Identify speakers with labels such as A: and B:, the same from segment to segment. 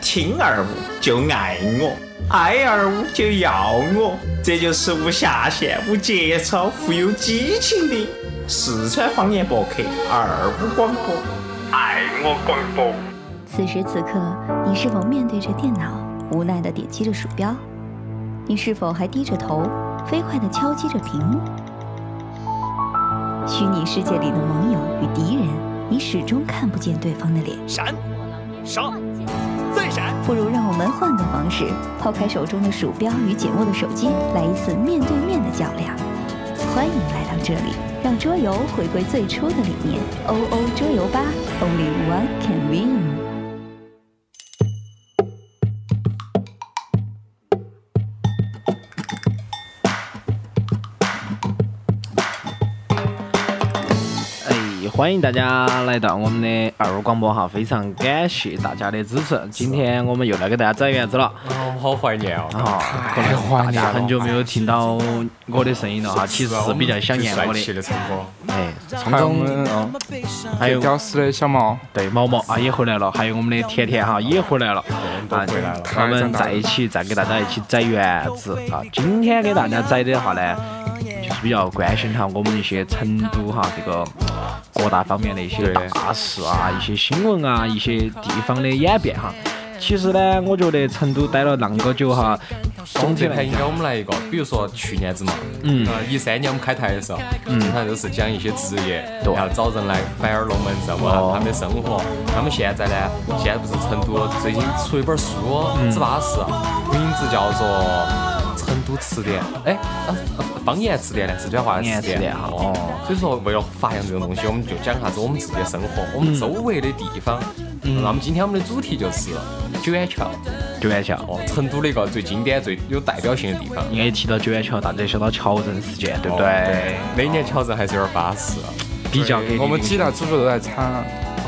A: 亲二五就爱我，爱二五就要我，这就是无下限、无节操、富有激情的四川方言博客二五广播，爱我广播。
B: 此时此刻，你是否面对着电脑，无奈地点击着鼠标？你是否还低着头，飞快地敲击着屏幕？虚拟世界里的盟友与敌人，你始终看不见对方的脸。
C: 闪，烧，再闪。
B: 不如让我们换个方式，抛开手中的鼠标与紧握的手机，来一次面对面的较量。欢迎来到这里，让桌游回归最初的理念。O O 桌游吧，Only One Can Win。
D: 哎，欢迎大家来到我们的二五广播哈，非常感谢大家的支持。今天我们又来给大家摘园子了，
C: 哦，好怀念哦。
D: 哈，可
E: 太
D: 能
E: 怀
D: 大
E: 念
D: 家
E: 了
D: 很久没有听到我的声音了哈，其实是比较想念我
C: 最帅气
D: 的。
C: 的聪哥，
D: 哎，聪
E: 还有
D: 聪，
E: 我们
D: 嗯，还
E: 最
D: 有
E: 屌丝的小毛，
D: 对毛毛啊也回来了，还有我们的甜甜哈也回来了，
C: 都回来了
D: 我们在一起再给大家一起摘园子啊。今天给大家摘的话呢，就是比较关心哈我们一些成都哈这个各大方面的一些
C: 对
D: 大事啊、一些新闻啊、一些地方的演变哈。其实呢，我觉得成都待了那么久哈，总
C: 总
D: 体
C: 结
D: 来
C: 盘应该
D: 讲，
C: 我们来一个，比如说去年子嘛，
D: 嗯
C: 呃，一三年我们开台的时候，经常都是讲一些职业，
D: 对
C: 然后找人来摆耳龙门阵，
D: 哦
C: 问他们的生活。他们现在呢，现在不是成都最近出一本书，
D: 嗯
C: 子巴适，啊名字叫做《成都词典》，哎，啊啊方言词典呢，四川话的
D: 方言
C: 词
D: 词
C: 典
D: 典哈
C: 哦。所以说，为了发扬这种东西，我们就讲啥子我们自己的生活，我
D: 嗯
C: 们周围的地方。那么今天我们的主题就是九眼桥，
D: 九眼桥。
C: 哦，成都的一个最经典、最有代表性的地方。
D: 应该一提到九眼桥，大家就想到桥人事件，对不
C: 哦
D: 对？
C: 每年乔治还是有点巴适。啊
D: 比较给力
E: 我们几大主角都在场，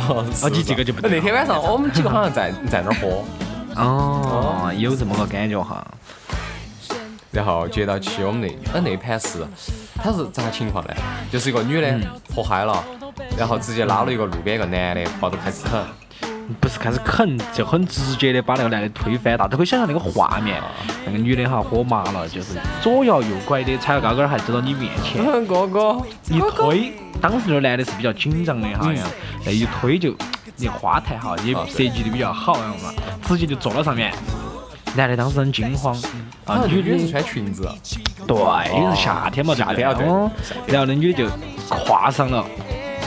C: 哦，是
D: 哦你这个就不
C: 吧那天晚上我们几个好像在在那儿喝，
D: 哦，有这么个感觉哈。
C: 然后接到起我们那呃那盘是，他是咋情况呢？就是一个女
D: 嗯
C: 的喝嗨了，然后直接拉了一个路边一个男的，抱着开始啃。
D: 不是开始啃，就很直接的把那个男的推翻，大家可以想象那个画面，那个女的哈喝麻了，就是左摇右拐的踩个高跟儿还走到你面前，
C: 哥哥，
D: 一推，当时那个男的是比较紧张的哈，呀，那一推就，那花态哈也
C: 啊
D: 设计的比较好，样嘛，直接就坐到上面，男的当时很惊慌，啊
C: 啊，，
D: 女
C: 女的
D: 的
C: 是穿裙子，
D: 对，因为是夏天嘛，对不
C: 夏天啊对
D: 哦然后那女的就跨上了，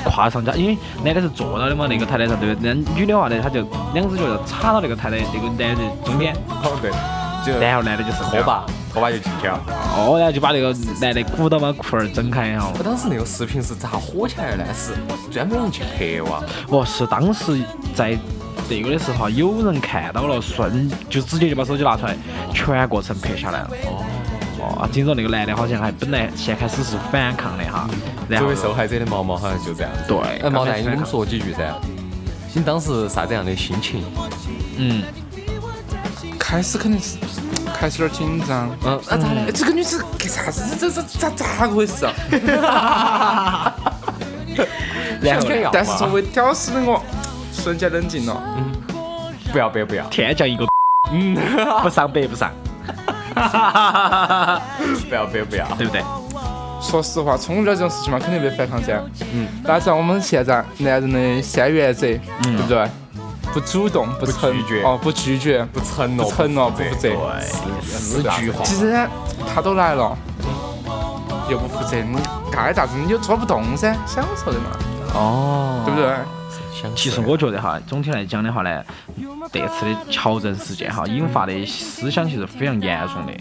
D: 跨上她，因为男的是坐到的嘛，那个台台上对不对？那女的话呢，她就两只脚要插到那个台的那个男的中间，
C: 哦对，就
D: 然后男的就受不
C: 拖
D: 了，
C: 把，拖把就进去了。
D: 哦，然后就把那个男的鼓到把裤儿睁开哈。
C: 我当时那个视频是咋火起来的呢？是专门有人去拍哇，
D: 哦，是当时在这个的时候，有人看到了，瞬就直接就把手机拿出来，全过程拍下来了。哦，啊，听说那个男的好像还本来先开始是反抗的哈，然
C: 作
D: 后
C: 为受害者的毛毛好像就这样。
D: 对，
C: 哎，毛蛋，
D: 蛋
C: 你给我们说几句噻？你当时啥子样的心情？
D: 嗯。
E: 开始肯定是开始有点紧张，
C: 嗯，那咋
E: 哎，
C: 的？
E: 这个女子干啥子？这这这咋咋个回事啊？
D: 然后呢
C: 要
E: 但是作为屌丝的我，瞬间冷静了。
C: 不要不要不要
D: 天降一个，嗯，不上白不上，
C: 不要不要不要！
D: 对不对？
E: 说实话，冲着这种事情嘛，肯定被反抗噻。嗯。但是我们现在男人的三原则，对不对？不主动，不承
C: 拒绝
E: 哦，不拒绝，
C: 不成了，
E: 不成了，不负责。
C: 四句话
E: 既然他都来了，又不负责，你该咋子你就抓不动噻，享受的嘛，
D: 哦
E: 对不？对？
D: 其实我觉得哈，总体来讲的话呢，这次的乔人事件哈，引发的思想其实非常严重的。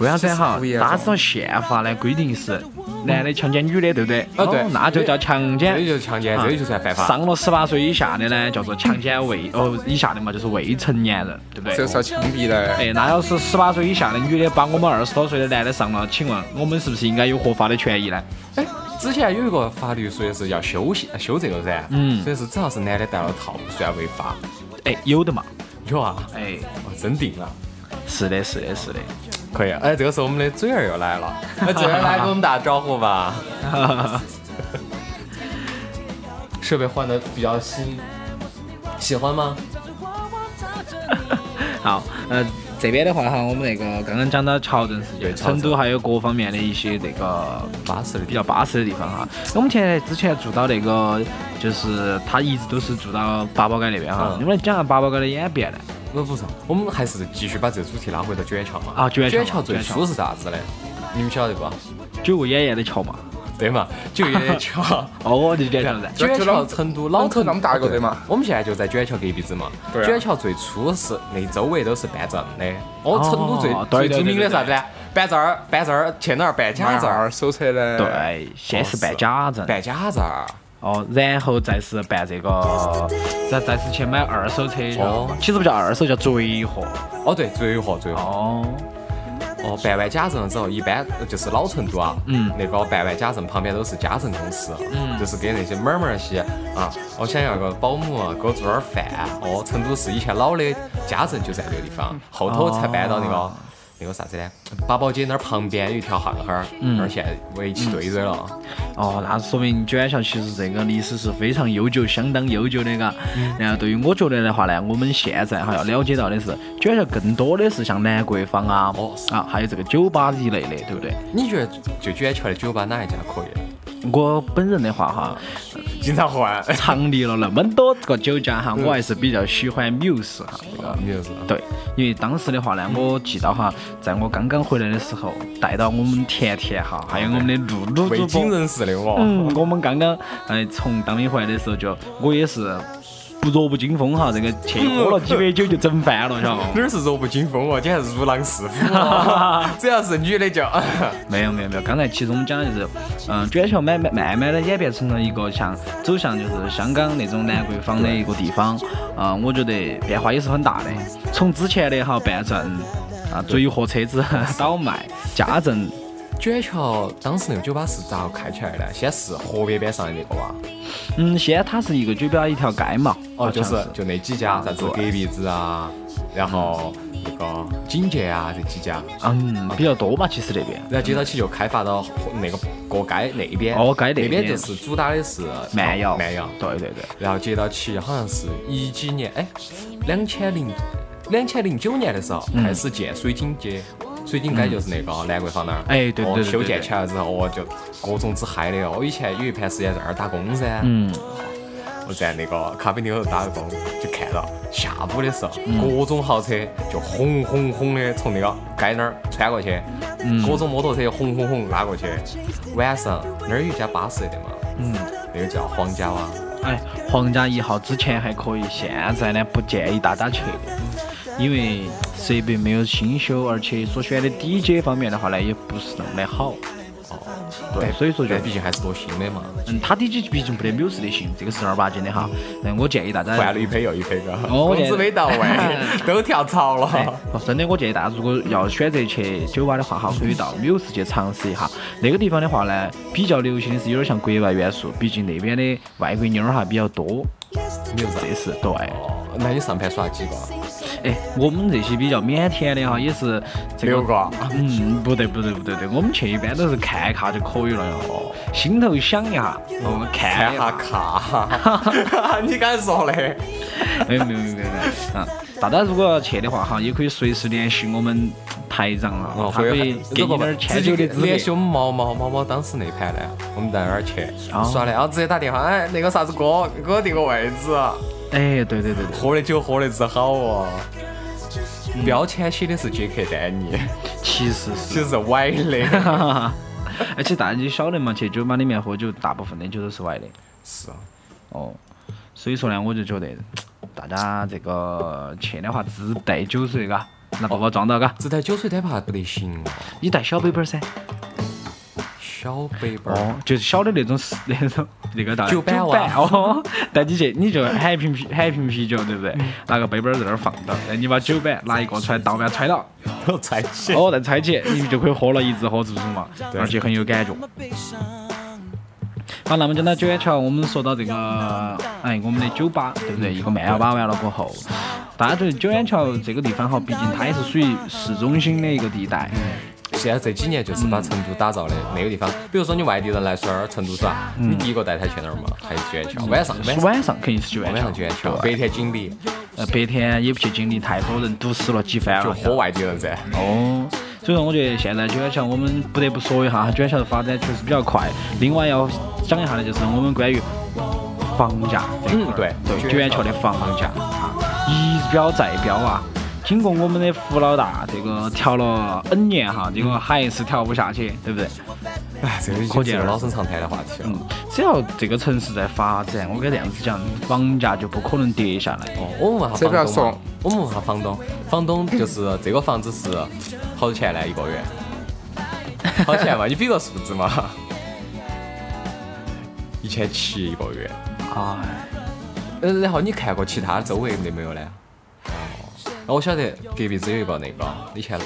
D: 为啥子哈
E: 不严？重
D: 打照宪法呢规定是男的强奸女的，对不对？
E: 哦对
D: 那就叫强奸
C: 这。就是强
D: 啊
C: 奸，这就算犯法。
D: 上了十八岁以下的呢，叫做强奸未哦以下的嘛，就是未成年人，对不对？
E: 这是要枪毙的。
D: 哎，那要是十八岁以下的女的把我们二十多岁的男的上了，请问我们是不是应该有合法的权益呢？
C: 哎，之前有一个法律说的是要修修这个噻，
D: 嗯
C: 所以是只要是男的戴了套算违法。
D: 哎，有的嘛。
C: 有啊，
D: 哎，
C: 哦真定了。
D: 是的，是的，是的。
C: 可以，哎，这个时候我们的嘴儿又来 了，哎，嘴儿来给我们打招呼 吧。设备换的比较新，喜欢吗？
D: 好，呃，这边的话哈，我们那个刚刚讲到桥镇事件，
C: 对桥镇
D: 成都还有各方面的一些这个
C: 巴适的
D: 比
C: 地
D: 较
C: 方。
D: 巴适的地方哈。我们前之前住到那个，就是他一直都是住到八宝街那边哈。
C: 嗯
D: 你们来讲下八宝街的演变呢？
C: 呃不不是，我们还是继续把这个主题拉回到卷桥嘛。
D: 啊卷桥
C: 卷桥最
D: 卷桥
C: 初是啥子嘞？你们晓得不？
D: 九个演员的桥嘛。
C: 对嘛， 就有点巧。
D: 哦，我就讲噻。
E: 就
C: 卷
E: 就
C: 桥
E: 那么
C: 成都老
E: 就
C: 成
E: 那么大一个对嘛？
C: 我们现在就在卷桥隔壁子嘛。
E: 对啊
C: 卷桥最初是那周围都是办证的。哦
D: 哦，
C: 成都最
D: 对对
C: 最
D: 对
C: 著名的
D: 对对
C: 啥子呢？办证儿，办证儿，去哪儿办假证儿？
E: 二手车嘞，，
D: 对，先哦是办假证，
C: 办假证儿。
D: 哦，然后再是办这个，再再是去买二手车，
C: 哦
D: 其实不叫二手，叫追货。
C: 哦，对，最后最后。
D: 哦，
C: 哦，办完假证了之后，一般就是老成都啊，
D: 嗯
C: 那个办完假证旁边都是家政公司，
D: 嗯
C: 就是给那些妹儿妹儿些啊，我想要个保姆给我做点儿饭。哦，成都市以前老的家政就在这个地方，后头才搬到那个、
D: 哦
C: 那个啥子呢？八宝街那儿旁边有一条巷巷儿，那儿现在围起堆着了。
D: 哦，那说明卷校其实这个历史是非常悠久，相当悠久的，嘎。
C: 嗯
D: 然后对于我觉得的话呢，我们现在哈要了解到的是，卷校更多的是像兰桂坊啊
C: 哦，是
D: 啊，还有这个酒吧以类的，对不对？
C: 你觉得就卷桥的酒吧哪一家可以？
D: 我本人的话哈，
C: 经常换，
D: 尝历了那么多这个酒家
C: 嗯
D: 哈，我还是比较喜欢 Muse 哈，这个
C: 你 就是
D: 对，因为当时的话呢，我记到哈，在我刚刚回来的时候，带到我们甜甜哈，还有我们的露露
C: 未
D: 主
C: 经
D: 播，
C: 人事的哦。
D: 嗯，我们刚刚哎从当兵回来的时候就，我也是不弱不禁风哈，这个去喝了几杯酒就整翻了，晓 得不？
C: 哪儿是弱不禁风哦，简直是如狼似 虎哦！只要是女的就，
D: 没有没有没有，刚才其实我们讲的就是，嗯，卷桥慢慢慢慢的演变成了一个像走向就是香港那种兰桂坊的一个地方，啊、我觉得变化也是很大的。
C: 嗯
D: 从之前的哈办证啊，追货车子倒卖，家政。
C: 卷桥当时那个酒吧是咋个开起来的？先是河边边上的那个哇，
D: 嗯，先它是一个酒标一条街嘛，
C: 哦，
D: 好
C: 就
D: 像
C: 是就那几家，啥子隔壁子啊，然后那个警戒啊这几家，
D: 嗯比较多嘛，其实那边
C: 然后接到起就开发到那个过街那边，
D: 哦街那边
C: 那边就是主打的是哦
D: 慢摇，
C: 慢摇，
D: 对对对，
C: 然后接到起好像是一几年，哎，两千零两千零九年的时候开始建水晶街，水晶街就是那个兰桂坊那儿，
D: 哎对对
C: 哦
D: 对对
C: 修
D: 对
C: 建起来之后，我就各种之嗨的哦。我以前有一盘时间在那儿打工噻，
D: 嗯，
C: 我在那个咖啡厅头打工，就看到下午的时候，
D: 嗯
C: 各种豪车就轰轰轰的从那个街那儿穿过去，
D: 嗯
C: 各种摩托车轰轰轰拉过去。晚上那儿有一家巴适的嘛，嗯，那个叫啊皇家哇，
D: 哎，皇家一号之前还可以，现在呢不建议大家去，因为设备没有新修，而且所选的 DJ 方面的话呢，也不是那么的好，
C: 哦，
D: 对，
C: 但
D: 所以说就
C: 但。毕竟还是多新的嘛，
D: 嗯，他 DJ 毕竟不得 Muse 的行，这个是正儿八经的哈。嗯，我建议大家
C: 换了一批又一批的，
D: 哦我
C: 工
D: 觉得
C: 资没到 位，都跳槽
D: 哎
C: 了。
D: 哦，真的，我建议大家如果要选择去酒吧的话，哈，可以到 Muse 去尝试一下。那个地方的话呢，比较流行的是有点像国外元素，毕竟那边的外国妞儿哈比较多。Muse 这是对，
C: 哦，那你上盘耍几个？
D: 哎，我们这些比较腼腆的哈，也是这个
C: 六个。
D: 嗯，不对不对不对对，我们去一般都是看一下就可以了哟，心头想一下，哦，看
C: 看
D: 一
C: 下
D: 下，
C: 卡，你刚才说的。
D: 哎没有没有没有没有，嗯，大家如果要去的话哈，也可以随时联系我们台长啊，他可以给你点儿
C: 直
D: 迁就
C: 接
D: 的资
C: 联系
D: 格。
C: 我们毛毛毛毛当时那盘呢，我们在那儿去
D: 哦
C: 耍的，然后直接打电话，哎，那个啥子哥，给我订个位置。
D: 哎，对对对对。
C: 喝的酒喝的之好哦，
D: 嗯
C: 标签写的是杰克 丹尼，
D: 其实
C: 其
D: 是，
C: 实是 歪的。
D: 而且大家就晓得嘛，去酒吧里面喝酒，大部分的酒都是歪的。
C: 是，啊
D: 哦，所以说呢，我就觉得大家这个去的话，自带酒水嘎，拿包包装到嘎，
C: 只带酒水单怕不得行哦，
D: 你带小杯杯儿噻。
C: 小背包。
D: 哦，就是小的那种是那种那个大
C: 酒啊板哇
D: 哦，带你去，你就喊一瓶啤喊一瓶啤酒，对不对？
C: 嗯
D: 拿个杯杯儿在那儿放到，然后你把酒板拿一个出来，倒满揣到，
C: 才起。
D: 哦，再拆起，你就可以喝了一直喝，是不是嘛？
C: 对
D: 而且很有感觉。好，那么讲到九眼桥，我们说到这个，哎，我们的酒吧，对不
C: 嗯
D: 对？一个慢摇吧完了过后，
C: 嗯
D: 大家对九眼桥这个地方哈，毕竟它也是属于市中心的一个地带，
C: 现在这几年就是把成都打造的那个地方，比如说你外地人来耍成都耍，你第一个带他去哪儿嘛？还嗯是去元桥？晚上晚上
D: 晚上肯定是去
C: 晚
D: 晚
C: 上
D: 上
C: 去元桥，白天锦里
D: 呃，白天也不去锦里，太多人堵死了，挤翻
C: 就
D: 了。
C: 喝外地人噻。
D: 哦，所以说我觉得现在九元桥我们不得不说一下哈，九元桥的发展确实比较快。另外要讲一下的就是我们关于房价这一块儿
C: 嗯对
D: 对，
C: 九
D: 九
C: 元
D: 元
C: 桥
D: 桥的房价啊，一标再标啊。经过我们的胡老大这个调了 N 年哈，结果还是调不下去，对不对？
C: 哎，这个已经是老生常谈的话题了
D: 嗯。，只要这个城市在发展，我该这样子讲，房价就不可能跌下来。
C: 哦，我们问
E: 这边
C: 下
E: 要
C: 房东
E: 送
C: 嘛，我们问下房东，房东就是这个房子是好多钱呢？一个月？好钱嘛？你比个数字嘛？一千七一个月。
D: 啊，
C: 嗯，然后你看过其他周围的没有呢？哦，那我晓得隔壁只有一个那个以前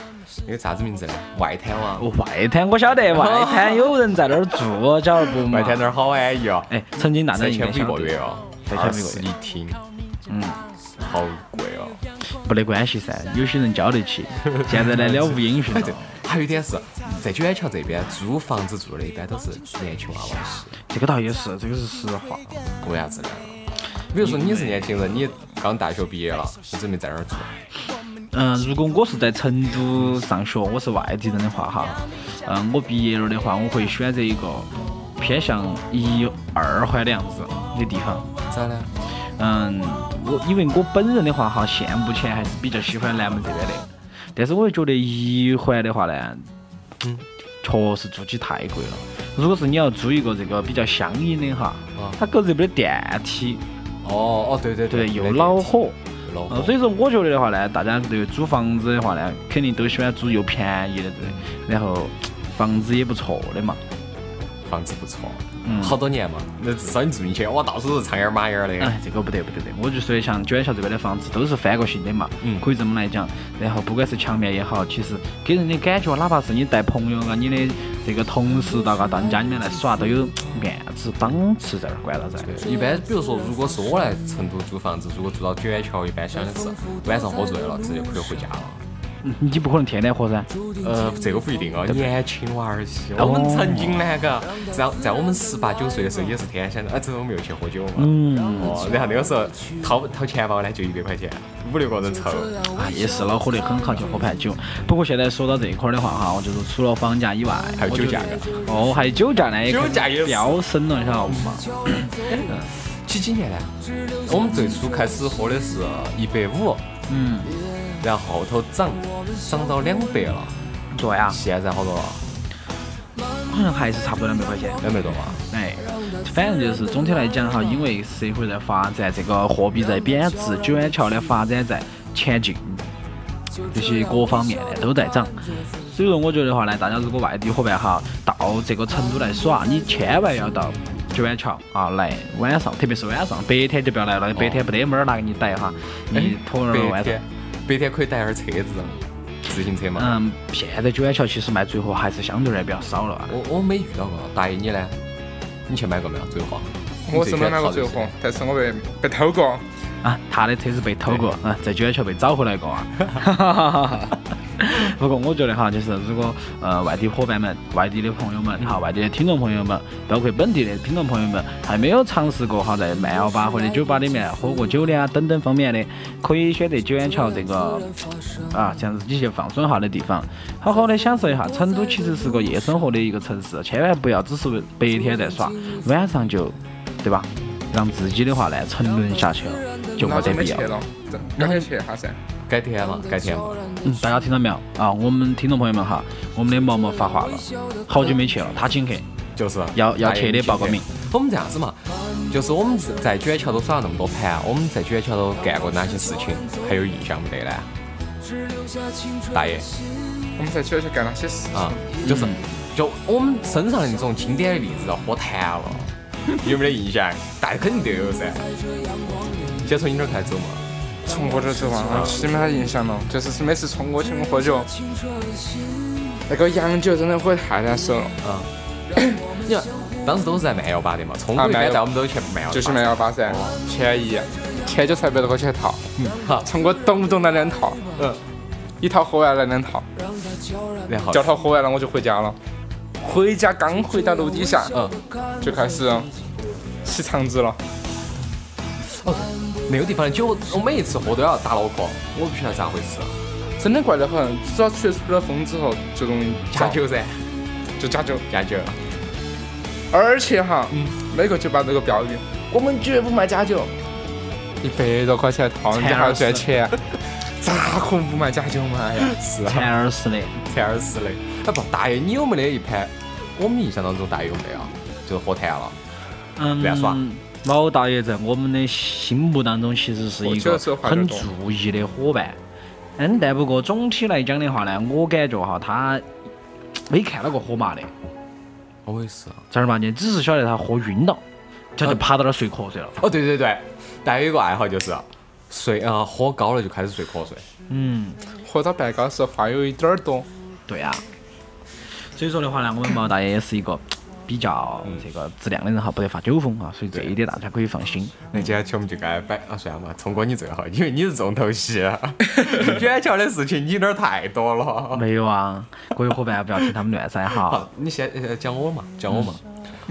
C: 那个啥子名字呢？外滩哇，
D: 外滩我晓得，外滩有人在那儿住，哦晓得不嘛？
C: 外滩那儿好安逸哦，
D: 哎，曾经大家
C: 三
D: 应该
C: 千五
D: 想
C: 一个月哦，
D: 三
C: 二
D: 千五一
C: 室
D: 个
C: 一
D: 月
C: 厅，
D: 嗯，
C: 好贵哦。
D: 没得关系噻，有些人交得 起。现在呢，了无音讯
C: 哎
D: 了
C: 对，还有一点是在九眼桥这边租房子住的，一般都是年轻娃娃是，
D: 这个倒也是，这个是实话。
C: 为啥子呢？比如说你是年轻人，你刚大学毕业了，你准备在哪儿住？
D: 嗯，如果我是在成都上学，我是外地人的话哈，嗯，我毕业了的话，我会选择一个偏向一二环的样子的地方。
C: 咋呢？
D: 嗯，我因为我本人的话哈，现目前还是比较喜欢南门这边的，但是我又觉得一环的话呢，确实租起太贵了。如果是你要租一个这个比较乡音的哈
C: 啊，
D: 它狗日没得电梯，
C: 哦哦，对对
D: 对，又恼火。
C: 老
D: 呃
C: 火，
D: 所以说我觉得的话呢，大家对于租房子的话呢，肯定都喜欢租又便宜的，对，然后房子也不错的嘛。
C: 房子不错，
D: 嗯
C: 好多年嘛，那至少你住进去，哇，到处都是苍烟马烟儿的。
D: 哎，这个不得不得不得，我就说像九眼桥这边的房子都是翻过新的嘛，
C: 嗯
D: 可以这么来讲。然后不管是墙面也好，其实给人的感觉，哪怕是你带朋友啊、你的这个同事到啊到你家里面来耍，都有面子档次在那儿管到噻。
C: 对，一般比如说，如果是我来成都租房子，如果住到九眼桥，一般想的是晚上喝醉了，直接可以回家了。
D: 嗯你不可能天天喝噻，
C: 呃，这个不一定哦，年轻娃儿些。我们曾经那个，在在我们十八九岁的时候，也是天天想着，哎，这我们又去喝酒嘛。
D: 嗯
C: 哦，然后那个时候掏掏钱包呢，就一百块钱，五六个人凑。
D: 啊也是恼火得很哈，就喝盘酒。不过现在说到这一块儿的话哈，我就是除了房价以外，
C: 还有
D: 我觉
C: 酒驾
D: 得哦，还有酒驾呢，也
C: 酒
D: 肯定
C: 驾也是
D: 飙升了，晓得不嘛？
C: 几几年呢？我们最初开始喝的是一百五，
D: 嗯，
C: 然后后头涨涨到两百了，
D: 对呀，
C: 现在啊好多了，
D: 好像还是差不多两百块钱。
C: 两百多嘛。
D: 哎，反正就是总体来讲哈，因为社会在发展，这个货币在贬值，九眼桥的发展在前进，这些各方面的都在涨。所以说，我觉得的话呢，大家如果外地伙伴哈到这个成都来耍，你千万要到九眼桥啊来，晚上特别是晚上，白天就不要来了，白天不得猫儿拿给你逮哈，你拖儿
C: 哎白
D: 晚上
C: 天。白天可以带下车子，自行车嘛。
D: 嗯，现在九眼桥其实卖醉货还是相对来比较少了啊。
C: 我我没遇到过，大爷你呢？你去买过没有？醉货？
E: 我是没买过
C: 你
E: 最
C: 最喜欢
E: 火
C: 吃，
E: 但是我被被偷过。
D: 啊，他的车子被偷过啊，在九眼桥被找回来过啊。不过我觉得哈，就是如果呃外地伙伴们、外地的朋友们哈、外地的听众朋友们，包括本地的听众朋友们，还没有尝试过哈在慢摇吧或者酒吧里面喝过酒的啊等等方面的，可以选择 九眼桥这个啊，这样自己去放松一下的地方，好好的享受一下。成都其实是个夜生活的一个城市，千万不要只是白天在耍，晚上就对吧？让自己的话呢沉沦下去了，就
E: 那
D: 没
E: 就
D: 得
E: 没
D: 必
E: 去
D: 要。
E: 了，赶紧去一下噻。
C: 改天嘛，改天嘛。
D: 嗯，大家听到没有啊？我们听众朋友们哈，我们的毛毛发话了，好久没去了，他请客，
C: 就是
D: 要要去的
C: 大爷你
D: 报个名
C: 去。我们这样子嘛，就是我们在九眼桥都耍了那么多盘，我们在九眼桥都干过哪些事情，还有印象没得呢？大爷
E: 我们在学校干了些事情，
C: 啊，就是、
E: 嗯
C: 就我们身上的那种经典的例子，喝痰了，有没得印象？大家肯定都有噻。先从你那儿开始走嘛。
E: 从我这儿走啊，我起码印象了，就是每次从我请我喝酒，那个洋酒真的喝得太难受了，
C: 啊，你看当时都是在慢摇吧的嘛，聪哥
E: 啊
C: 一
E: 慢
C: 般
E: 摇
C: 带我们都去慢摇吧，
E: 就是没幺八噻，便宜，一千九才百多块钱一套，
C: 好，
E: 从我懂不懂那两套，
C: 嗯，
E: 一套喝完了两套，
C: 然后
E: 第二套喝完了我就回家了。回家刚回到楼底下，
C: 嗯，
E: 就开始洗肠子了。
C: 那个地方的酒，我每一次喝都要打脑壳，我不晓得咋回事，
E: 真的怪得很，只要接触了风之后就容易
C: 加
E: 长
C: 酒噻，
E: 就加酒。
C: 加酒，
E: 而且哈，每个酒吧都有标语，我们绝不卖假酒。一百多块钱一套，人家还要赚钱，咋可能不卖假酒嘛？哎呀，是啊，
D: 馋耳屎的，
C: 馋耳屎的。哎不，大爷，你有没得一盘？我们印象当中大爷有没得啊？就是喝痰了，
D: 嗯，
C: 乱耍
D: 毛大爷在我们的心目当中其实是一个很注意的伙伴。嗯，但不过总体来讲的话呢，我感觉哈，他没看到过喝麻的，
C: 我也是。
E: 啊
D: 正儿八经，只是晓得他喝晕了，他就趴到那儿睡瞌睡了。
C: 哦，对对对，大爷有个爱好就是睡啊，喝高了就开始睡瞌睡。
D: 嗯，
E: 喝到半高时候话有一点儿多，
D: 对啊。所以说的话呢，我们毛大爷也是一个比较这个质量的人哈，不得发酒疯啊哈，所以这一点大家可以放心。
C: 那今天节目就该摆啊，算了嘛，聪哥你最好，因为你是重头戏，啊远桥的事情你那儿太多了。
D: 没有啊，各位伙伴不要听他们乱猜哈
C: 好。，你先呃讲我嘛，讲我嘛。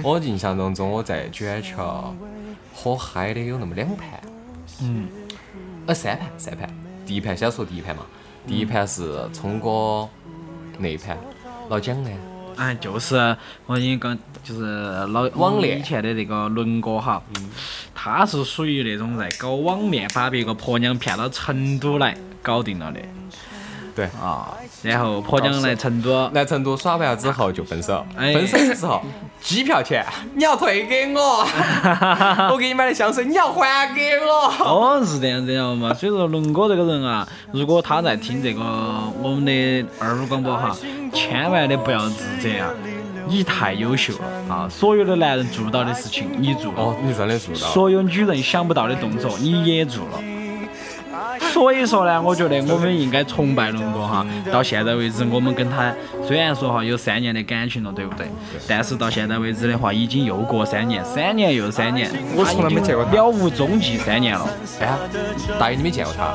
C: 我印象当中，我在卷桥喝嗨的有那么两盘，
D: 嗯，
C: 呃三盘，三盘。第一盘先说第一盘嘛，第一盘是聪哥那一盘，老蒋呢？
D: 哎，就是我已经跟就是老
C: 网恋
D: 我们以前的那个伦哥哈，他是属于那种在搞网恋，把别个婆娘骗到成都来搞定了的
C: 对，
D: 啊。然后婆娘来成都，
C: 来成都耍完了之后就分手，
D: 哎
C: 分手的时候机票钱 你要退给 我，我给你买的香水你要还给我。
D: 哦，是这样这样嘛。所以说，龙哥这个人啊，如果他在听这个我们的二五广播哈，千万的不要自责啊，你太优秀了啊！所有的男人做不到的事情，你做了。
C: 哦，你真的做到了。
D: 所有女人想不到的动作，你也做了。所以说呢，我觉得我们应该崇拜龙哥哈。到现在为止，我们跟他虽然说哈有三年的感情了，对不对？但是到现在为止的话，已经又过三年，三年又三年，
E: 我从来没见过他
D: 了无踪迹三年了。
C: 哎呀，大爷你没见过他？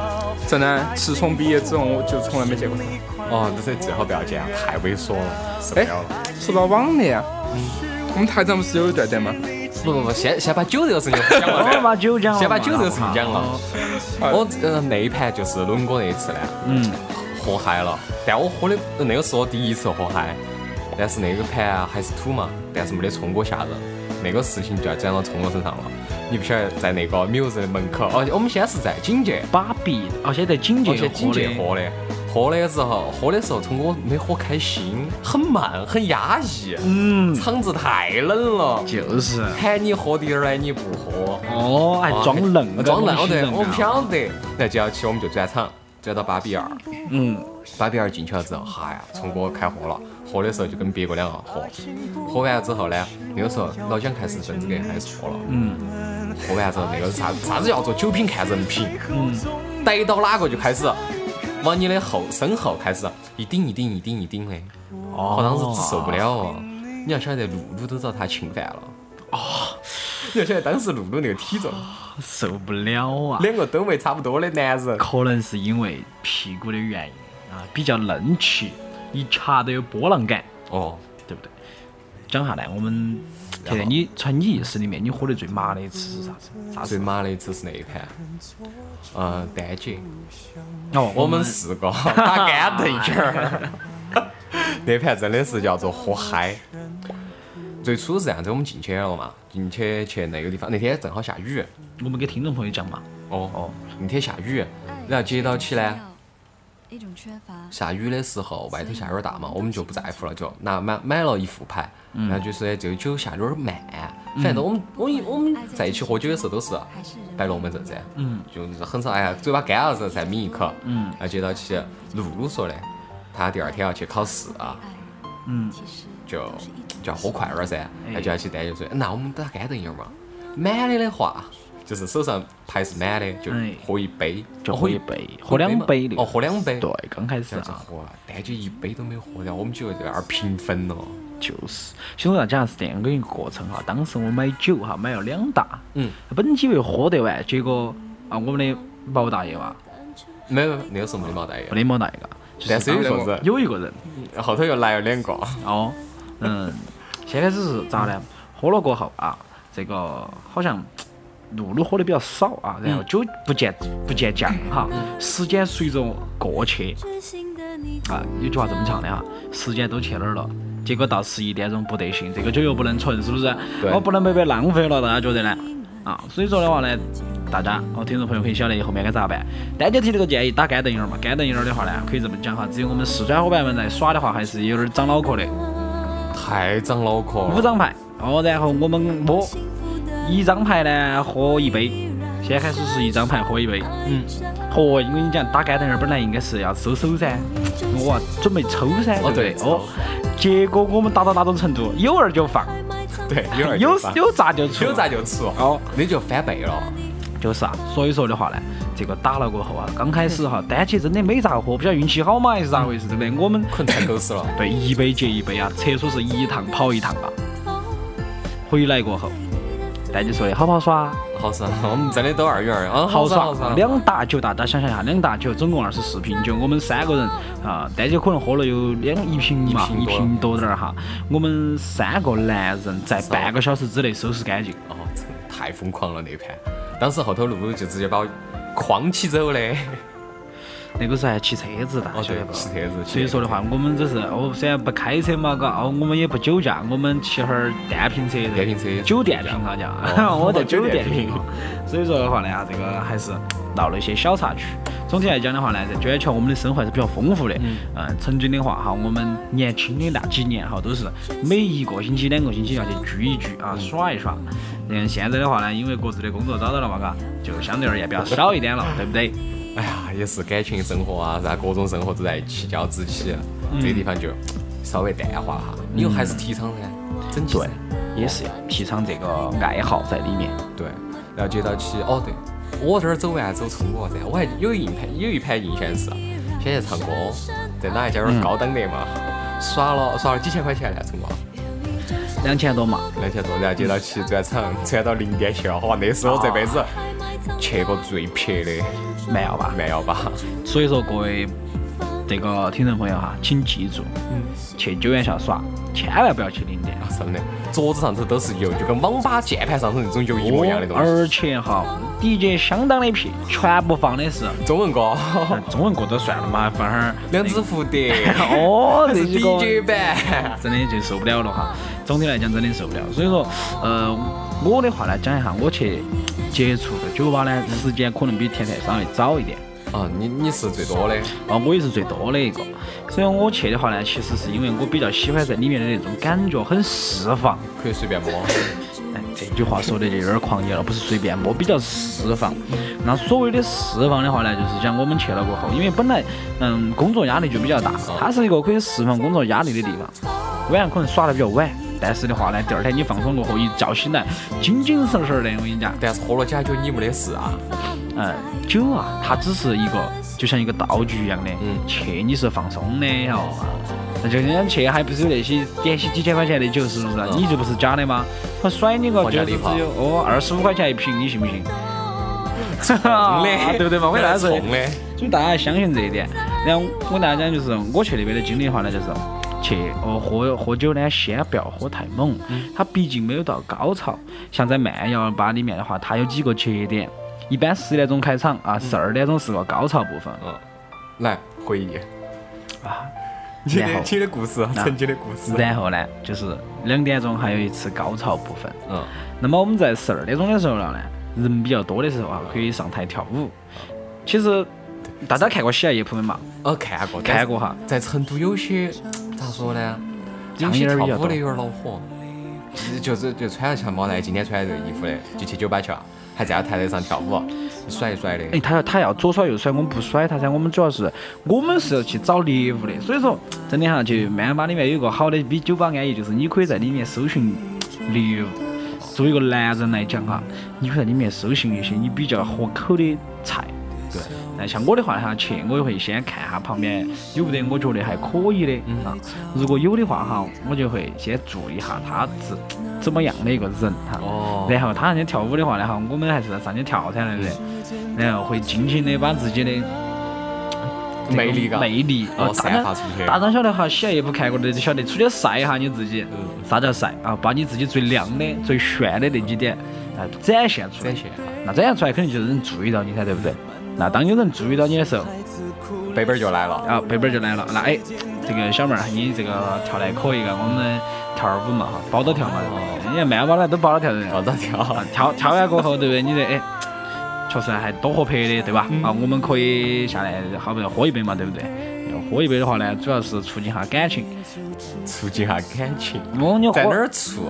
E: 真的，自从毕业之后我就从来没见过他。
C: 哦，这最好不要见，太猥琐了，受不
E: 哎
C: 了了。，
E: 说到网恋，我们台长不是有一段的吗？
C: 不不不，先先把酒这个事情讲
D: 我
C: 完
D: 们
C: 噻。
D: 把酒讲了嘛，
C: 哦先把酒这个事情讲
D: 好
C: 了
D: 不好。。
C: 啊我呃那一盘就是伦哥那一次呢，
D: 嗯，
C: 喝嗨了，但我喝的那个是我第一次喝嗨，但是那个盘啊还是土嘛，但是没得聪哥吓人。那个事情就要讲到聪哥身上了。你不晓得在那个 Muse 的门口，而且我们先是在警戒，
D: 把臂，而且哦在警戒
C: 而且警戒
D: 的
C: 喝的，喝的时候，喝的时候聪哥没喝开心，很慢，很压抑，
D: 嗯，
C: 场子太冷了，
D: 就是。
C: 喊你喝点儿来你不喝，
D: 哦，还 装嫩，
C: 装嫩，
D: 搞
C: 哦
D: 不起
C: 对，
D: 人啊
C: 我不晓得。那接下去我们就转场，转到芭比二，
D: 嗯，
C: 芭比二进去了之后，哈呀，聪哥开喝了，喝的时候就跟别个两个喝，喝完了之后呢，那个时候老蒋开始甚至给开始喝了，
D: 嗯，
C: 喝完之后那个啥啥子叫做酒品看人品，嗯，逮到哪个就开始往你的后身后开始一顶一顶一顶一顶的，
D: 哦
C: 我当时只受不了哦。你要晓得，露露都遭他侵犯了。哦， 你要晓得当时露露那个体重，
D: 哦受不了啊。
C: 两个都为差不多的男人，
D: 可能是因为屁股的原因啊，比较嫩气，一掐都有波浪感，
C: 哦，
D: 对不对？讲下来，我们现在你从你意识里面，你喝得最麻的一次是啥子？啥
C: 最
D: 子？
C: 麻的只是那一盘，嗯，单节，
D: 哦，
C: 我们四 个打干瞪眼儿， 那盘真的是叫做喝嗨。最初是这样子，我们进去了嘛，进去去那个地方，那天正好下雨，
D: 我们给听众朋友讲嘛。
C: 哦
D: 哦，
C: 那天下雨，然后接到起呢，
F: 哎一种缺乏，
C: 下雨的时候，外头下有点大嘛，我们就不在乎了，就拿买买了一副牌，然后就说这个酒下得有点慢，反正我们我们我
F: 哎
C: 们在一起喝酒的时候都是啊哎
F: 还是人
C: 摆龙门阵噻，
D: 嗯，
C: 就是很少哎呀，嘴巴干了之后再抿一口，
D: 嗯
C: 然后接到起露露说的，她第二天要去考试啊，
D: 嗯，
F: 其实
C: 就就要喝快点儿噻，
D: 哎
C: 然后就要去单就说，那我们打干瞪眼儿嘛，满的的话。就是手上牌是满的，就
D: 哎
C: 喝一杯，
D: 就
C: 哦
D: 喝一杯，喝两
C: 嘛
D: 杯的。
C: 哦，喝两杯，
D: 对，刚开始
C: 这样子
D: 啊，
C: 喝，单就一杯都没有喝掉，我们就在那儿平分了。
D: 就是，其实我要讲的是这样个一个过程哈。当时我买酒哈，买了两打，
C: 嗯，
D: 本以为喝得完，结果啊，我们的毛大爷嘛，
C: 没有，没有那个时候没毛大爷
D: 没，得毛大爷嘎，就是
C: 但是有一个人
D: 有一个人
C: 后头又来了两个，
D: 哦，嗯，先开始是咋呢？喝了过后啊，这个好像露露喝的比较少啊，然后酒不见不见降哈。时间随着过去啊，有句话这么唱的哈，时间都去哪儿了？结果到十一点钟不得行，这个酒又不能存，是不是？哦
C: 对
D: 我不能白白浪费了，大家觉得呢？啊，所以说的话呢，大家哦，听众朋友可以晓得后面该咋办。丹姐提了个建议，打干瞪眼儿嘛。干瞪眼儿的话呢，可以这么讲哈，只有我们四川伙伴们来耍的话，还是有点儿长脑壳的。
C: 太长脑壳
D: 五
C: 了。
D: 张牌，哦，然后我们我一张牌呢喝一杯，先开始是一张牌喝一杯，嗯，嚯，我跟你讲，打干瞪眼儿本来应该是要收手噻，我啊准备抽噻，
C: 哦
D: 对
C: 对
D: 不对，哦，结果我们打到哪种程度，有儿就放，
C: 对，有人
D: 有
C: 就
D: 有炸就出，
C: 有咋就吃
D: 哦
C: 哦，那就翻倍了。
D: 就是啊，所以说的话呢，这个打了过后啊，刚开始哈，
C: 嗯
D: 丹姐真的没咋个喝，不晓得运气好嘛还是咋回事，真的，我们
C: 可能太狗屎 了。
D: 对，一杯接一杯啊，厕所是一趟跑一趟啊。回来过后，大姐说的好不好耍？
C: 好耍，我们真的都二元儿，嗯，好耍，
D: 耍
C: 好耍。，
D: 两大酒，大家想想一下，两大酒总共二十四瓶酒，我们三个人啊，丹姐可能喝了有两一瓶嘛，
C: 一瓶
D: 一
C: 多
D: 瓶多点儿哈。我们三个男人在
C: 是啊
D: 半个小时之内收拾干净，
C: 哦，真的太疯狂了那一盘。当时后头露露就直接把我框起走 嘞。
D: 那个时候还骑车子，大家
C: 哦，
D: 晓
C: 对
D: 得，不？
C: 骑车子。
D: 所以说的话，我们只是哦，虽然不开车嘛，嘎，哦，我们也不酒驾，我们骑哈儿电瓶车，
C: 电瓶车
D: 酒店瓶好像，
C: 哦
D: 我在酒店
C: 酒
D: 瓶
C: 店。
D: 所以说的话呢，啊这个还是闹了一些小插曲。总体来讲的话呢，在九眼桥我们的生活还是比较丰富的。嗯、曾经的话哈，我们年轻的那几年哈，都是每一个星期、两个星期要去聚一聚啊，耍一耍。嗯，现在的话呢，因为各自的工作找到了嘛，嘎，就相对而言比较少一点 了，对不对？
C: 哎呀，也是感情生活啊，啥各种生活都在一起交织起，啊
D: 嗯
C: 这个地方就稍微淡化哈。因为还是提倡噻，
D: 嗯
C: 整齐噻。
D: 也是要提倡哦这个爱好在里面。
C: 对，然后接到起，哦对，我这儿走完走中国噻，我还有一盘有一盘印象是，先去唱歌，在哪一家有点高档的嘛，耍了耍了几千块钱呢，中国。
D: 两千多嘛，
C: 两千多，然后接到起转场，转到零点去了，哇，那是我这辈子去过最撇的
D: 没有吧？
C: 慢摇吧。
D: 所以说各位这个听众朋友哈，请记住，
C: 嗯
D: 去九眼桥耍，千万不要去零点。
C: 真的，桌子上头都是油，就跟网吧键盘上头那种油一模一样的东西。
D: 而且哈，DJ 相当的屁，全部放的是哦
C: 中文歌，
D: 中文歌都算了嘛，放哈儿
C: 哦两只蝴蝶，
D: 哦，
C: 这
D: 这
C: 是
D: 几个
C: DJ 版。
D: 真的就受不了了哈。总体来讲，真的受不了。所以说，呃，我的话呢，讲一下我去接触的酒吧呢，时间可能比甜甜稍微早一点。
C: 啊，你你是最多的，
D: 啊，我也是最多的一个。所以我去的话呢，其实是因为我比较喜欢在里面的那种感觉，很释放。
C: 可以随便摸。
D: 哎，这句话说的就有点狂野了，不是随便摸，比较释放。那所谓的释放的话呢，就是讲我们去了过后，因为本来嗯工作压力就比较大，它是一个可以释放工作压力的地方。晚上可能耍得比较晚，但是的话呢，第二天你放松过后一觉醒来，精精神神的，我跟你讲。
C: 但是喝了假酒你没得事啊，
D: 嗯，酒啊，它只是一个就像一个道具一样的，
C: 嗯
D: 去你是放松的哦。那就人家去还不是有那些点些几千块钱的酒，是不是啊？
C: 嗯
D: 你就不是假的吗？我甩你个
C: 放
D: 就
C: 假
D: 是
C: 礼炮
D: 只有哦二十五块钱一瓶，你信 不信？
C: 冲
D: 啊
C: 的，
D: 对不 对嘛？我跟大家说，
C: 冲的，
D: 所以大家要相信这一点。然后我跟大家讲，就是我去那边的经历的话呢，就是去哦喝喝酒呢，先不要喝太猛，它毕竟没有到高潮。像在慢摇吧里面的话，它有几个节点，一般十点钟开场啊，十二点钟是个高潮部分。
C: 嗯，来回忆
D: 啊。
C: 你
D: 然
C: 的
D: 后啊
C: 你的故事，啊曾经的故事。
D: 然后呢，就是两点钟还有一次高潮部分。
C: 嗯，
D: 那么我们在十二点钟的时候呢，人比较多的时候啊，可以上台跳舞。其实大家看过《喜爱夜蒲》没嘛？
C: 哦，看过，
D: 看过哈。
C: 在成都有些咋说呢？有
D: 张
C: 些
D: 眼儿
C: 跳
D: 比较
C: 舞
D: 多
C: 的。有点恼火，就是就穿得像毛南今天穿的这个衣服的，就去酒吧去了，还站在台台上跳舞，甩一甩的。
D: 哎，他要他要左甩右甩，我们不甩他噻。我们主要是我们是要去找猎物的，所以说真的哈，去曼巴里面有一个好的比酒吧安逸，就是你可以在里面搜寻猎物。作为一个男人来讲哈，你可以在里面搜寻一些你比较合口的菜。对，那像我的话哈，去我也会先看下旁边有没得我觉得还可以的、啊。如果有的话哈，我就会先注意一下他是怎么样的一个人哈。
C: 哦
D: 然后他人家跳舞的话呢，哈，
C: 嗯
D: 我们还是上去跳噻，对不对？然后会尽情的把自己的这个
C: 魅力嘎
D: 魅力
C: 哦
D: 啊，大
C: 散
D: 家
C: 发出去
D: 大家晓得哈，喜爱夜不看过的就晓得，出去晒一下你自己，
C: 嗯
D: 啥叫晒啊？把你自己最亮的、最炫的那几点，哎，展现出来。
C: 展现哈
D: 那展现出来，肯定就是人注意到你噻，对不对？那当有人注意到你的时候，
C: 贝贝儿就来了，
D: 啊，贝贝儿就来了。那哎，这个小妹儿，你这个跳的可以啊，我们跳二舞嘛哈，包着跳嘛，人家慢慢来都包着跳的人。
C: 哦，到跳
D: 啊，跳跳完过后，对不对？你这哎，确实还多合拍的，对吧？啊，我们可以下来，好不容易喝一杯嘛，对不对？要喝一杯的话呢，主要是促进下感情。
C: 促进下感情，
D: 我你喝
C: 在哪儿啊处？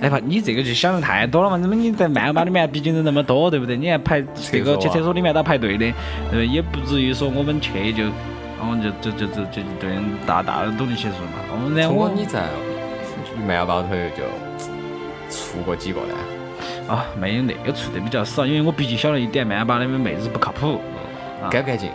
D: 哎不，你这个就想的太多了嘛！怎么你在曼巴里面，毕竟人那么多，对不对？你还排这个
C: 厕所啊
D: 去厕所里面都要排队的，对不对？也不至于说我们去就，我们就就就就就对人大大家都能接受嘛。我们呢，
C: 通
D: 哎我
C: 过你在慢包头就处过几个呢？
D: 啊，没有那个处的比较少，因为我毕竟晓得一点，曼巴里面妹子不靠谱，啊嗯
C: 干不干净？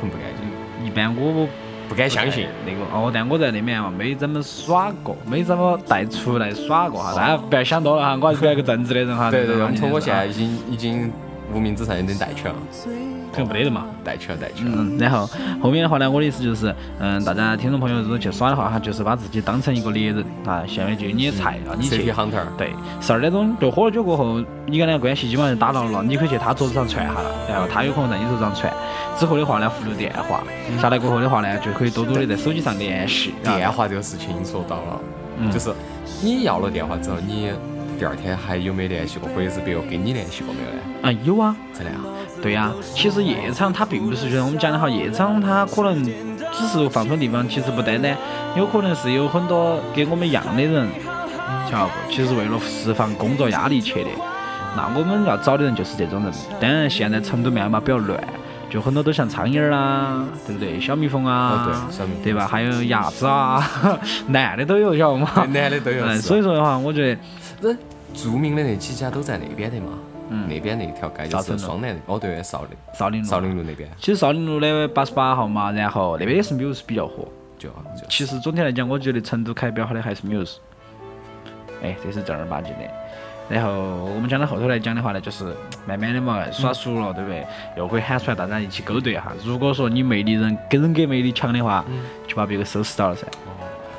C: 很不干净，
D: 一般我
C: 不敢相信。
D: 那个哦，但我在那边嘛，没怎么耍过，没怎么带出来耍过哈。大家不要想多了哈，我还是比较一个正直的人哈。
C: 对对对，
D: 吧
C: 我们通过现
D: 啊
C: 在
D: 就
C: 已经已经无名指上有点带起了，
D: 是肯定没得的嘛。
C: 带起了带起了。
D: 嗯，然后后面的话呢，我的意思就是，嗯，大家听众朋友如果去耍的话哈，就是把自己当成一个猎人啊，下面就你的菜啊，你去
C: CP。hunter，
D: 对，十二点钟就喝了酒过后，你跟他关系基本上就打到了，你可以去他桌子上串一下了，然后他有可能在你手上串。之后的话呢，互留电话，下来过后的话呢，就可以多多的在手机上联系。啊
C: 电话这个事情你说到了，
D: 嗯
C: 就是你要了电话之后，你第二天还有没联系过，或者是别个跟你联系过没有呢？
D: 啊，有啊，
C: 真的啊？
D: 对呀、其实夜场它并不是就像我们讲的哈，夜场它可能只是放松地方，其实不单单，有可能是有很多跟我们一样的人，晓得不？其实为了释放工作压力去的。那我们要找的人就是这种人。当然，现在成都面嘛比较乱，就很多都像苍蝇儿啊，对不对？小蜜蜂啊，
C: 哦对小蜜蜂
D: 对吧？还有鸭子啊， 男的都有，晓得吗？
C: 对男的都有
D: 嗯，
C: 是
D: 所以说的话，我觉得。
C: 那著名的那几家都在那边的嘛，那边那条街就
D: 嗯少城
C: 是
D: 路
C: 双南的，哦对，少林
D: 少林路
C: 少林路那边
D: 其实少林路的八十八号嘛，然后那边也是 Muse 比较火，
C: 就就
D: 其实总体来讲，我觉得成都开标好的还是 Muse，哎，这是正儿八经的。然后我们讲到后头来讲的话呢，就是慢慢的嘛，耍熟了，对不对？又可以喊出来大家一起勾兑一下。如果说你魅力人跟人格魅力强的话，就把别个收拾到了噻。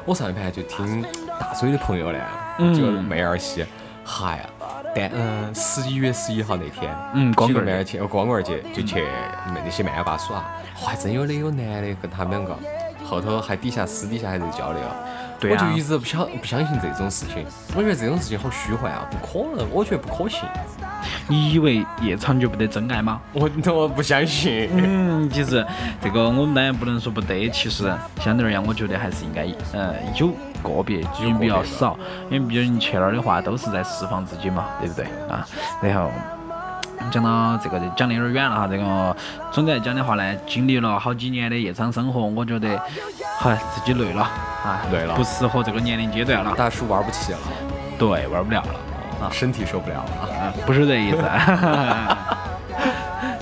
C: 我上一盘就听大水的朋友呢，
D: 嗯
C: 就妹儿些，嗨呀，但嗯，十一月十一号那天，
D: 嗯光
C: 几
D: 棍
C: 个
D: 儿
C: 妹儿去，哦光棍儿节就去那些曼巴耍，还真有的有男的跟他们两个，后头还底下私底下还在交流。
D: 对
C: 我
D: 啊
C: 就一直不相不相信这种事情，我觉得这种事情好虚幻啊，不可能，我觉得不可信，
D: 你以为夜场就不得真爱吗？
C: 我我不相信。
D: 嗯，其实这个我们当然不能说不得，其实相对而言，我觉得还是应该呃有个别，因为比较少，因为毕竟去那儿的话都是在释放自己嘛，对不对啊？然后。讲到这个就讲得有点远了哈，这个总的来讲的话呢，经历了好几年的夜场生活，我觉得，嗨，自己累了啊，
C: 累了
D: 不适合这个年龄阶段了，
C: 大叔玩不起了，
D: 对，玩不了了啊，
C: 身体受不了了。
D: 嗯不是这意思，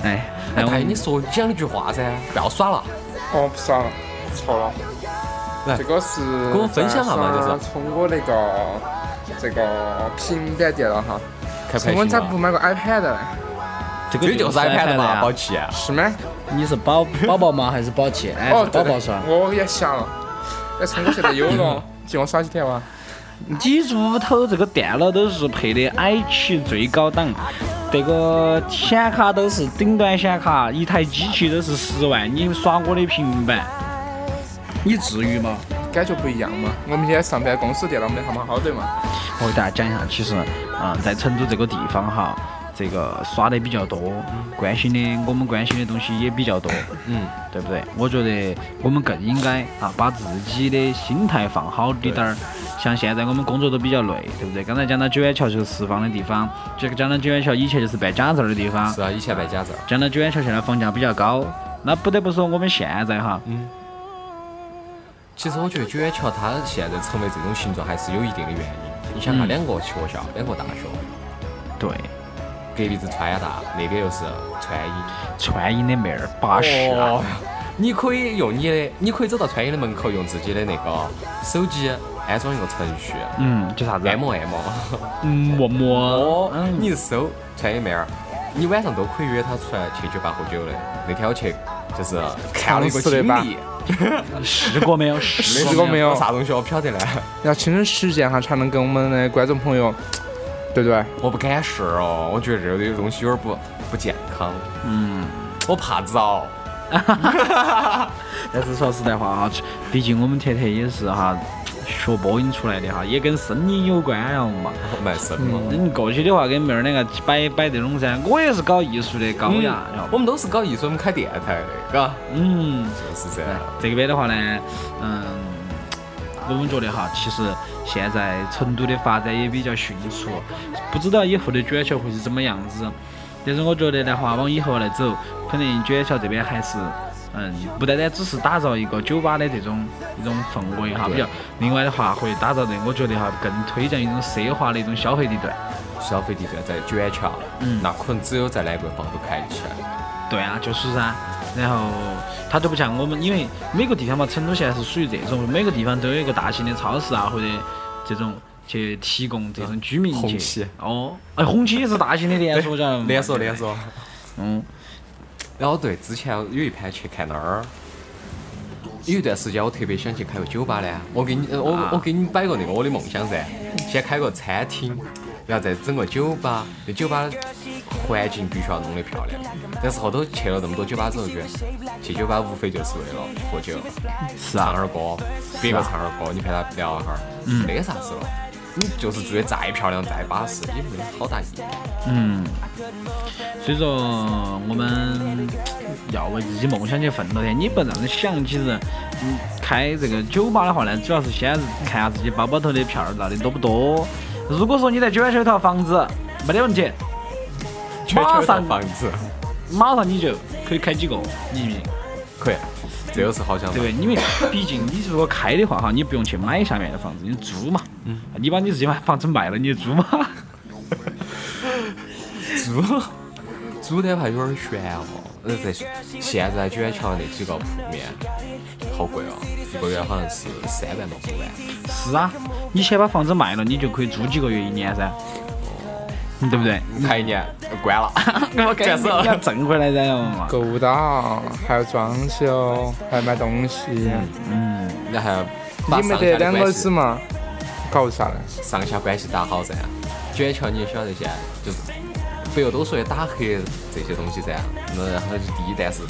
D: 哎，哎，我
C: 哎，你说讲一句话噻，不要耍了。
E: 哦，不是啊，错了
C: 来。
E: 这个是
C: 跟我分享下嘛就是
E: 从我那个这个平板电脑哈，
C: 开
E: 从我咋不买个 iPad 呢？
D: 这个
C: 这就是 iPad
D: 呀
C: 嘛，宝气。
E: 是吗？
G: 你是宝宝宝吗？还是宝气？哎，
E: 哦，
G: 是
E: 对
G: 宝
E: 对
G: 宝是吧？
E: 我也想了，但是我现在有 了，借我耍几天哇？
D: 你屋头这个电脑都是配的 i7 最高档，这个显卡都是顶端显卡，一台机器都是十万，你耍我的平板，你至于吗？
E: 感觉不一样嘛。我们现在上班公司电脑没他们好对嘛？
D: 我给大家讲一下，其实，嗯，在成都这个地方哈，这个耍的比较多，关心的我们关心的东西也比较多，
C: 嗯，
D: 对不对？我觉得我们更应该啊，把自己的心态放好滴点儿。像现在我们工作都比较累，对不对？刚才讲到九眼桥就是释放的地方，这个讲到九眼桥以前就是办假证儿的地方
C: 是，啊，以前办假证儿，
D: 讲到九眼桥现在房价比较高，那不得不说我们现在哈，
C: 嗯其实我觉得九眼桥它现在成为这种形状还是有一定的原因。你想它
D: 嗯
C: 两个学校，两个大学，
D: 对，
C: 隔壁是川亚大，那边又是川音。
D: 川音的妹儿巴适啊，
C: 哦， 你可以用你的，你可以走到川音的门口，用自己的那个手机安装一个程序哎
D: 嗯，叫啥子？
C: ，M M。
D: 嗯，么么，
C: 哦
D: 嗯，
C: 你一搜川音妹儿，你晚上都可以约他出来去酒吧喝酒的。那天我去就是看了一个
E: 尝试
C: 经
E: 了一把
C: 历，
D: 试过 没有？试
E: 试过没有
C: 啥东西我不晓得呢，
E: 要亲身实践哈，才能跟我们的观众朋友，对不对？
C: 我不敢试哦，我觉得这个东西有点不不健康。嗯，我怕遭。
D: 但是说实在话啊，毕竟我们特特也是哈学播音出来的哈，也跟声音有关呀嘛。
C: 蛮深了。
D: 你过去的话，跟妹儿两个摆摆这种噻，我也是搞艺术的，高雅，然
C: 我
D: 后
C: 们都是搞艺术，我们开电台的，哎嘎，
D: 嗯。
C: 就是这样。
D: 这边的话呢，嗯，我们觉得哈，其实现在成都的发展也比较迅速，不知道以后的卷桥会是怎么样子。但是我觉得的话，往以后来走，肯定卷桥这边还是，嗯，不单单只是打造一个酒吧的这种一种氛围哈，比较。另外的话，会打造的，我觉得哈，更推荐一种奢华的一种消费地段。
C: 消费地段在卷桥，
D: 嗯
C: 那可能只有在南桂坊都开得起来。
D: 对啊，就是噻、然后它就不像我们，因为每个地方嘛，成都现在是属于这种，每个地方都有一个大型的超市啊，或者这种去提供这种居民
C: 红
D: 去
C: 旗。
D: 哦，哎，红旗也是大型的连锁家，
C: 连锁连。锁。
D: 嗯，
C: 然后对，之前有一盘去看那儿，有一段时间我特别想去开个酒吧呢。我给你，呃
D: 啊
C: 我我给你摆个那个我的梦想噻，先开个餐厅，然后再整个酒吧。那酒吧环境必须要弄得漂亮。但是后头去了那么多酒吧之后，觉得去酒吧无非就是为了喝酒，
D: 是
C: 唱
D: 啊，嗯
C: 会儿歌，别个唱会儿歌，你陪他聊一会儿，没得啥事了。你就是做的再漂亮再巴适，也没得好大意义。
D: 嗯。所以说，我们要为自己梦想去奋斗的。你不这么想，其实，嗯，开这个酒吧的话呢，主要是先看下自己包包头的票儿到底多不多。如果说你在九湾有一套房子，没得问题，
C: 全球
D: 马
C: 一
D: 上
C: 套房子，
D: 马上你就可以开几个，你信不信？
C: 可以，这个是好想法
D: 对不。对？因为毕竟你如果开的话哈，你不用去买下面的房子，你租嘛。嗯。你把你自己把房子卖了，你就租嘛。
C: 租租的话有点悬哦。呃，在现在卷桥那几个铺面好贵哦，一个月好像是三万到五万。
D: 是啊，你先把房子卖了，你就可以租几个月、一年噻，对不对？
C: 开一年呃关 了，
D: 我
C: 感觉
D: 你 要挣回来噻哦嘛。
E: 购物岛，还要装修，还要买东西，
C: 然后嗯把
E: 你没
C: 上
E: 得
C: 下的
E: 两个
C: 关
E: 子
C: 系嗯
E: 嘛，搞啥呢？
C: 上下关系打好噻。卷桥你也晓得噻，就是不由都说的打黑这些东西噻。那然后第一单是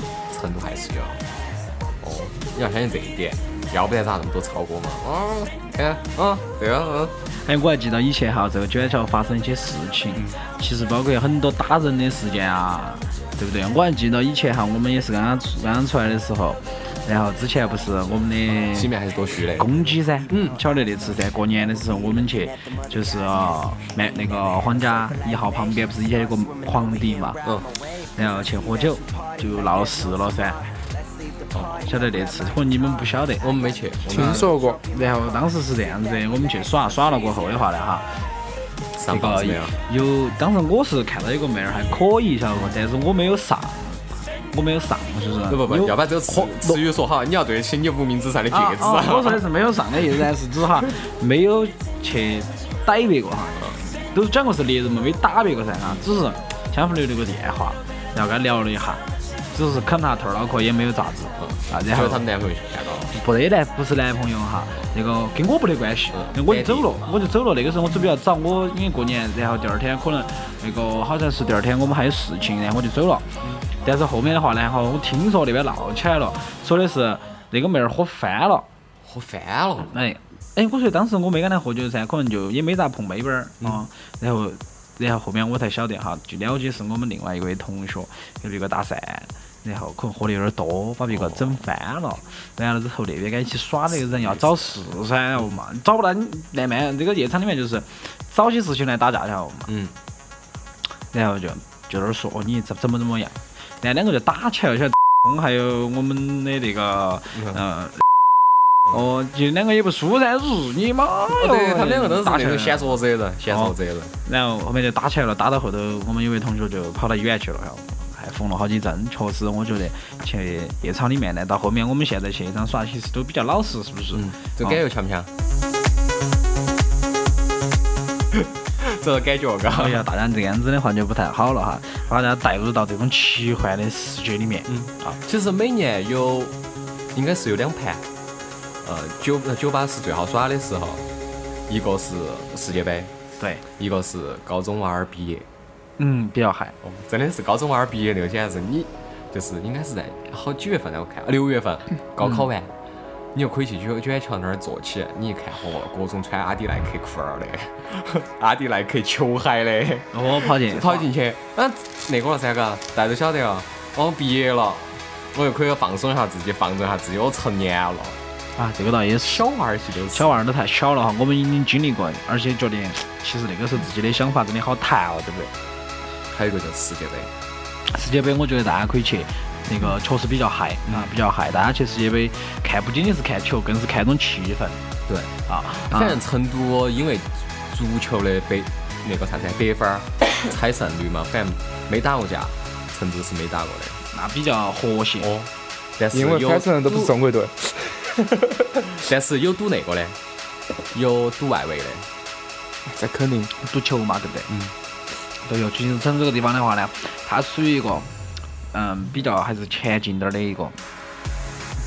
C: 成都还是有，哦，你要相信这一点，要不然咋那么多超哥嘛？哦，看，嗯，对啊，嗯。
D: 哎，我还记得以前哈，这个卷桥发生一些事情，其实包括很多打人的事件啊，对不对？我还记得以前哈，我们也是刚刚出刚刚出来的时候，然后之前不是我们的
C: 里面还是多虚的。
D: 公鸡噻，嗯，晓得那次噻，过年的时候我们去，就是啊买、那个皇家一号旁边不是以前有个皇帝嘛，
C: 嗯，
D: 然后去喝酒就闹事了噻。哦，晓得那次，可能你们不晓得。
C: 我们没去，我
E: 听
C: 们
E: 说过，
D: 然后当时是这样子的，我们去耍，耍了过后的话呢，哈，那
C: 上报
D: 个
C: 纸没有？
D: 有，当时我是看到有个妹儿还可以，晓得不？但是我没有上，我没有上，就是
C: 不不不，
D: 有
C: 要把这个词词语说好，你要对得起你无名指上的戒
D: 啊
C: 指。
D: 啊！我说的是没有上的意思，但啊是只哈没有去逮别个哈，都是讲过是猎人嘛，没打别个噻哈，只是相互留了个电话，然后跟他聊了一下，只是啃他头儿脑壳也没有咋子啊，然
C: 就
D: 后
C: 是他们男朋友去看到了，
D: 不得男不是男朋友哈，那个跟我不得关系
C: 嗯，
D: 那我就走了
C: 外地，
D: 我就走了。那个时候我准备要找我，因为过年，然后第二天可能那个好像是第二天我们还有事情，然后我就走了。但是后面的话呢，哈，我听说那边闹起来了，说的是那个妹儿喝翻了。
C: 喝翻了。
D: 哎哎，我说当时我没跟他喝酒噻，可能就也没咋碰杯杯儿啊。然后然后后面我才晓得哈，据了解是我们另外一位同学跟别个搭讪，然后可能喝的有点多，把别个整翻了。完了之后那边跟一起耍那个人要找事噻，然后嘛找不到你那慢这个夜场里面就是找些事情来打架，然后嘛，
C: 嗯，
D: 然后就就在那儿说哦你怎怎么怎么样，然后两个就打起来了，晓得。 还有我们的那个，嗯、哦，就两个也不输噻，日你妈哟！
C: 哦对，他们两个都是
D: 打起
C: 那
D: 来了
C: 种显弱者人，显弱者人。
D: 然后后面就打起来了，打到后头，我们有位同学就跑到医院去了，然后还缝了好几针。确实，我觉得去夜场里面呢，到后面我们现在去夜场耍，其实都比较老实，是
C: 哦
D: 不是？
C: 嗯，这感觉强不强？这感觉，嘎。
D: 哎呀，大家这样子的话就不太好了哈，把大家带入到这种奇幻的世界里面。嗯，啊，
C: 其实每年有，应该是有两盘，呃，酒呃酒吧是最好耍的时候，一个是世界杯，
D: 对，
C: 一个是高中娃儿毕业。
D: 嗯，比较嗨。
C: 哦，真的是高中娃儿毕业那个，显然是你，就是应该是在好几月份来我看，六月份高考完，你就可以去卷卷桥那儿坐起，你一看，哦，各种穿阿迪耐克裤儿的， 阿迪耐克球鞋的。
D: 哦我跑进，
C: 跑进去，嗯，那个了噻，嘎，大家都晓得啊，我毕业了，我又可以放松一下自己，放纵一下自己，我成年了，
D: 啊，这个倒也是。
C: 小娃儿些都是
D: 小娃儿都太小了哈，我们已经经历过，而且觉得其实那个时候自己的想法真的好谈哦，对不对？
C: 还有一个就是世界杯，
D: 世界杯我觉得大家可以去，那个确实比较嗨啊，比较嗨。大家去世界杯看不仅仅是看球，更是看一种气氛
C: 对，
D: 啊。啊
C: 反正成都哦因为足球的北那个啥子得分儿采胜率嘛，反正没打过架，成都是没打过的，
D: 那比较和谐。
C: 哦，但是
E: 因为
C: 有
E: 反正都不是
C: 赌
E: 中国队，
C: 但是有赌那个的，有赌外围的，
E: 这肯定。
D: 赌球嘛，对不对？嗯。对哟，金城这个地方的话呢，它属于一个嗯比较还是前进点儿的一个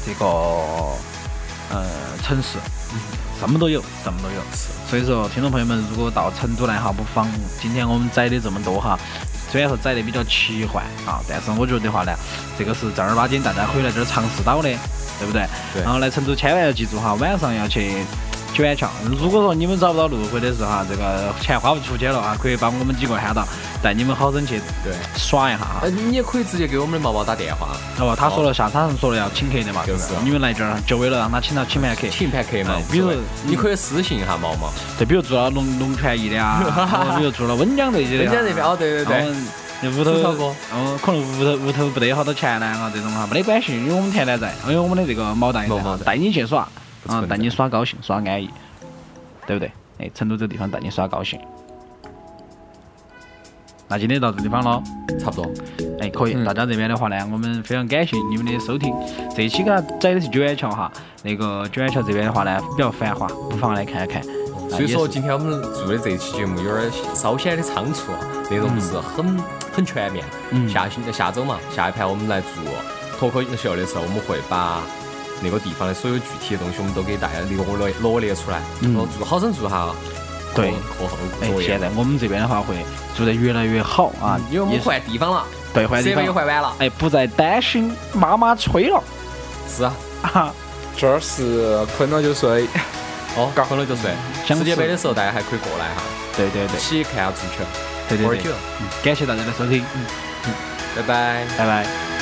D: 这个呃城市，什么都有，什么都有。所以说，听众朋友们，如果到成都来哈，不妨今天我们载的这么多哈。虽然说载的比较奇幻啊，但是我觉得的话呢，这个是正儿八经大家可以来这儿尝试到的，对不对？
C: 对
D: 然后来成都千万要记住哈，晚上要去卷桥。如果说你们找不到路，或者是哈这个钱花不出去了啊，可以把我们几个喊到，带你们好生去
C: 对。
D: 耍一下哈
C: 呃，。你也可以直接给我们的毛毛打电话，
D: 哦，他说了下，他是说了要请客的嘛，
C: 就是
D: 对吧你们来这儿就为了让他请到请盘客，
C: 请盘客嘛
D: 哎，
C: 无所谓
D: 比如
C: 你可以私信一下毛毛。
D: 对，比如做了龙龙泉驿的啊，然后比如做了温江这些的啊，
C: 人家那边哦，对对
D: 然
C: 对
D: 后，那屋头
C: 吐槽过，
D: 哦，可能屋头屋头不得好多钱呢，啊，这种哈，没得关系，因为我们田南在，因为我们的这个毛蛋也在
C: 毛毛
D: 哈，
C: 在
D: 啊带你去耍，
C: 不存
D: 啊，
C: 在
D: 带你耍高兴，耍安逸，对不对？哎，成都这地方带你耍高兴。那今天到这地方喽，
C: 差不多。
D: 哎，可以，
C: 嗯
D: 大家这边的话呢，我们非常感谢你们的收听。这一期给它摘的是九眼桥哈，那个九眼桥这边的话呢比较繁华，不妨来看一看。啊
C: 所以
D: 也
C: 说
D: 是
C: 今天我们做的这一期节目有点稍显的仓促，内容不是很很全面。
D: 嗯
C: 下星下周嘛，下一盘我们来做脱口秀的时候，我们会把那个地方的所有具体的东西，我们都给大家罗列罗列出来，然后做好生做下
D: 嗯对
C: 课后
D: 哎，
C: 作业
D: 现。在我们这边的话会做得越来越好啊，
C: 哦嗯因为我们
D: 也是
C: 换地方了，
D: 对换地
C: 设备
D: 方
C: 又换完了，
D: 哎，不再担心妈妈催了
C: 是啊，
D: 啊。
E: 这儿是困了就睡，
C: 哦，困了就睡。
D: 想
C: 世界杯
D: 吃
C: 的时候大家还可以过来哈，
D: 对对对
C: 一起看下足球，
D: 对
C: 喝
D: 对
C: 点
D: 对
C: 酒，，
D: 感谢大家的收听，嗯
C: 拜拜。
D: 拜拜。
C: 拜拜。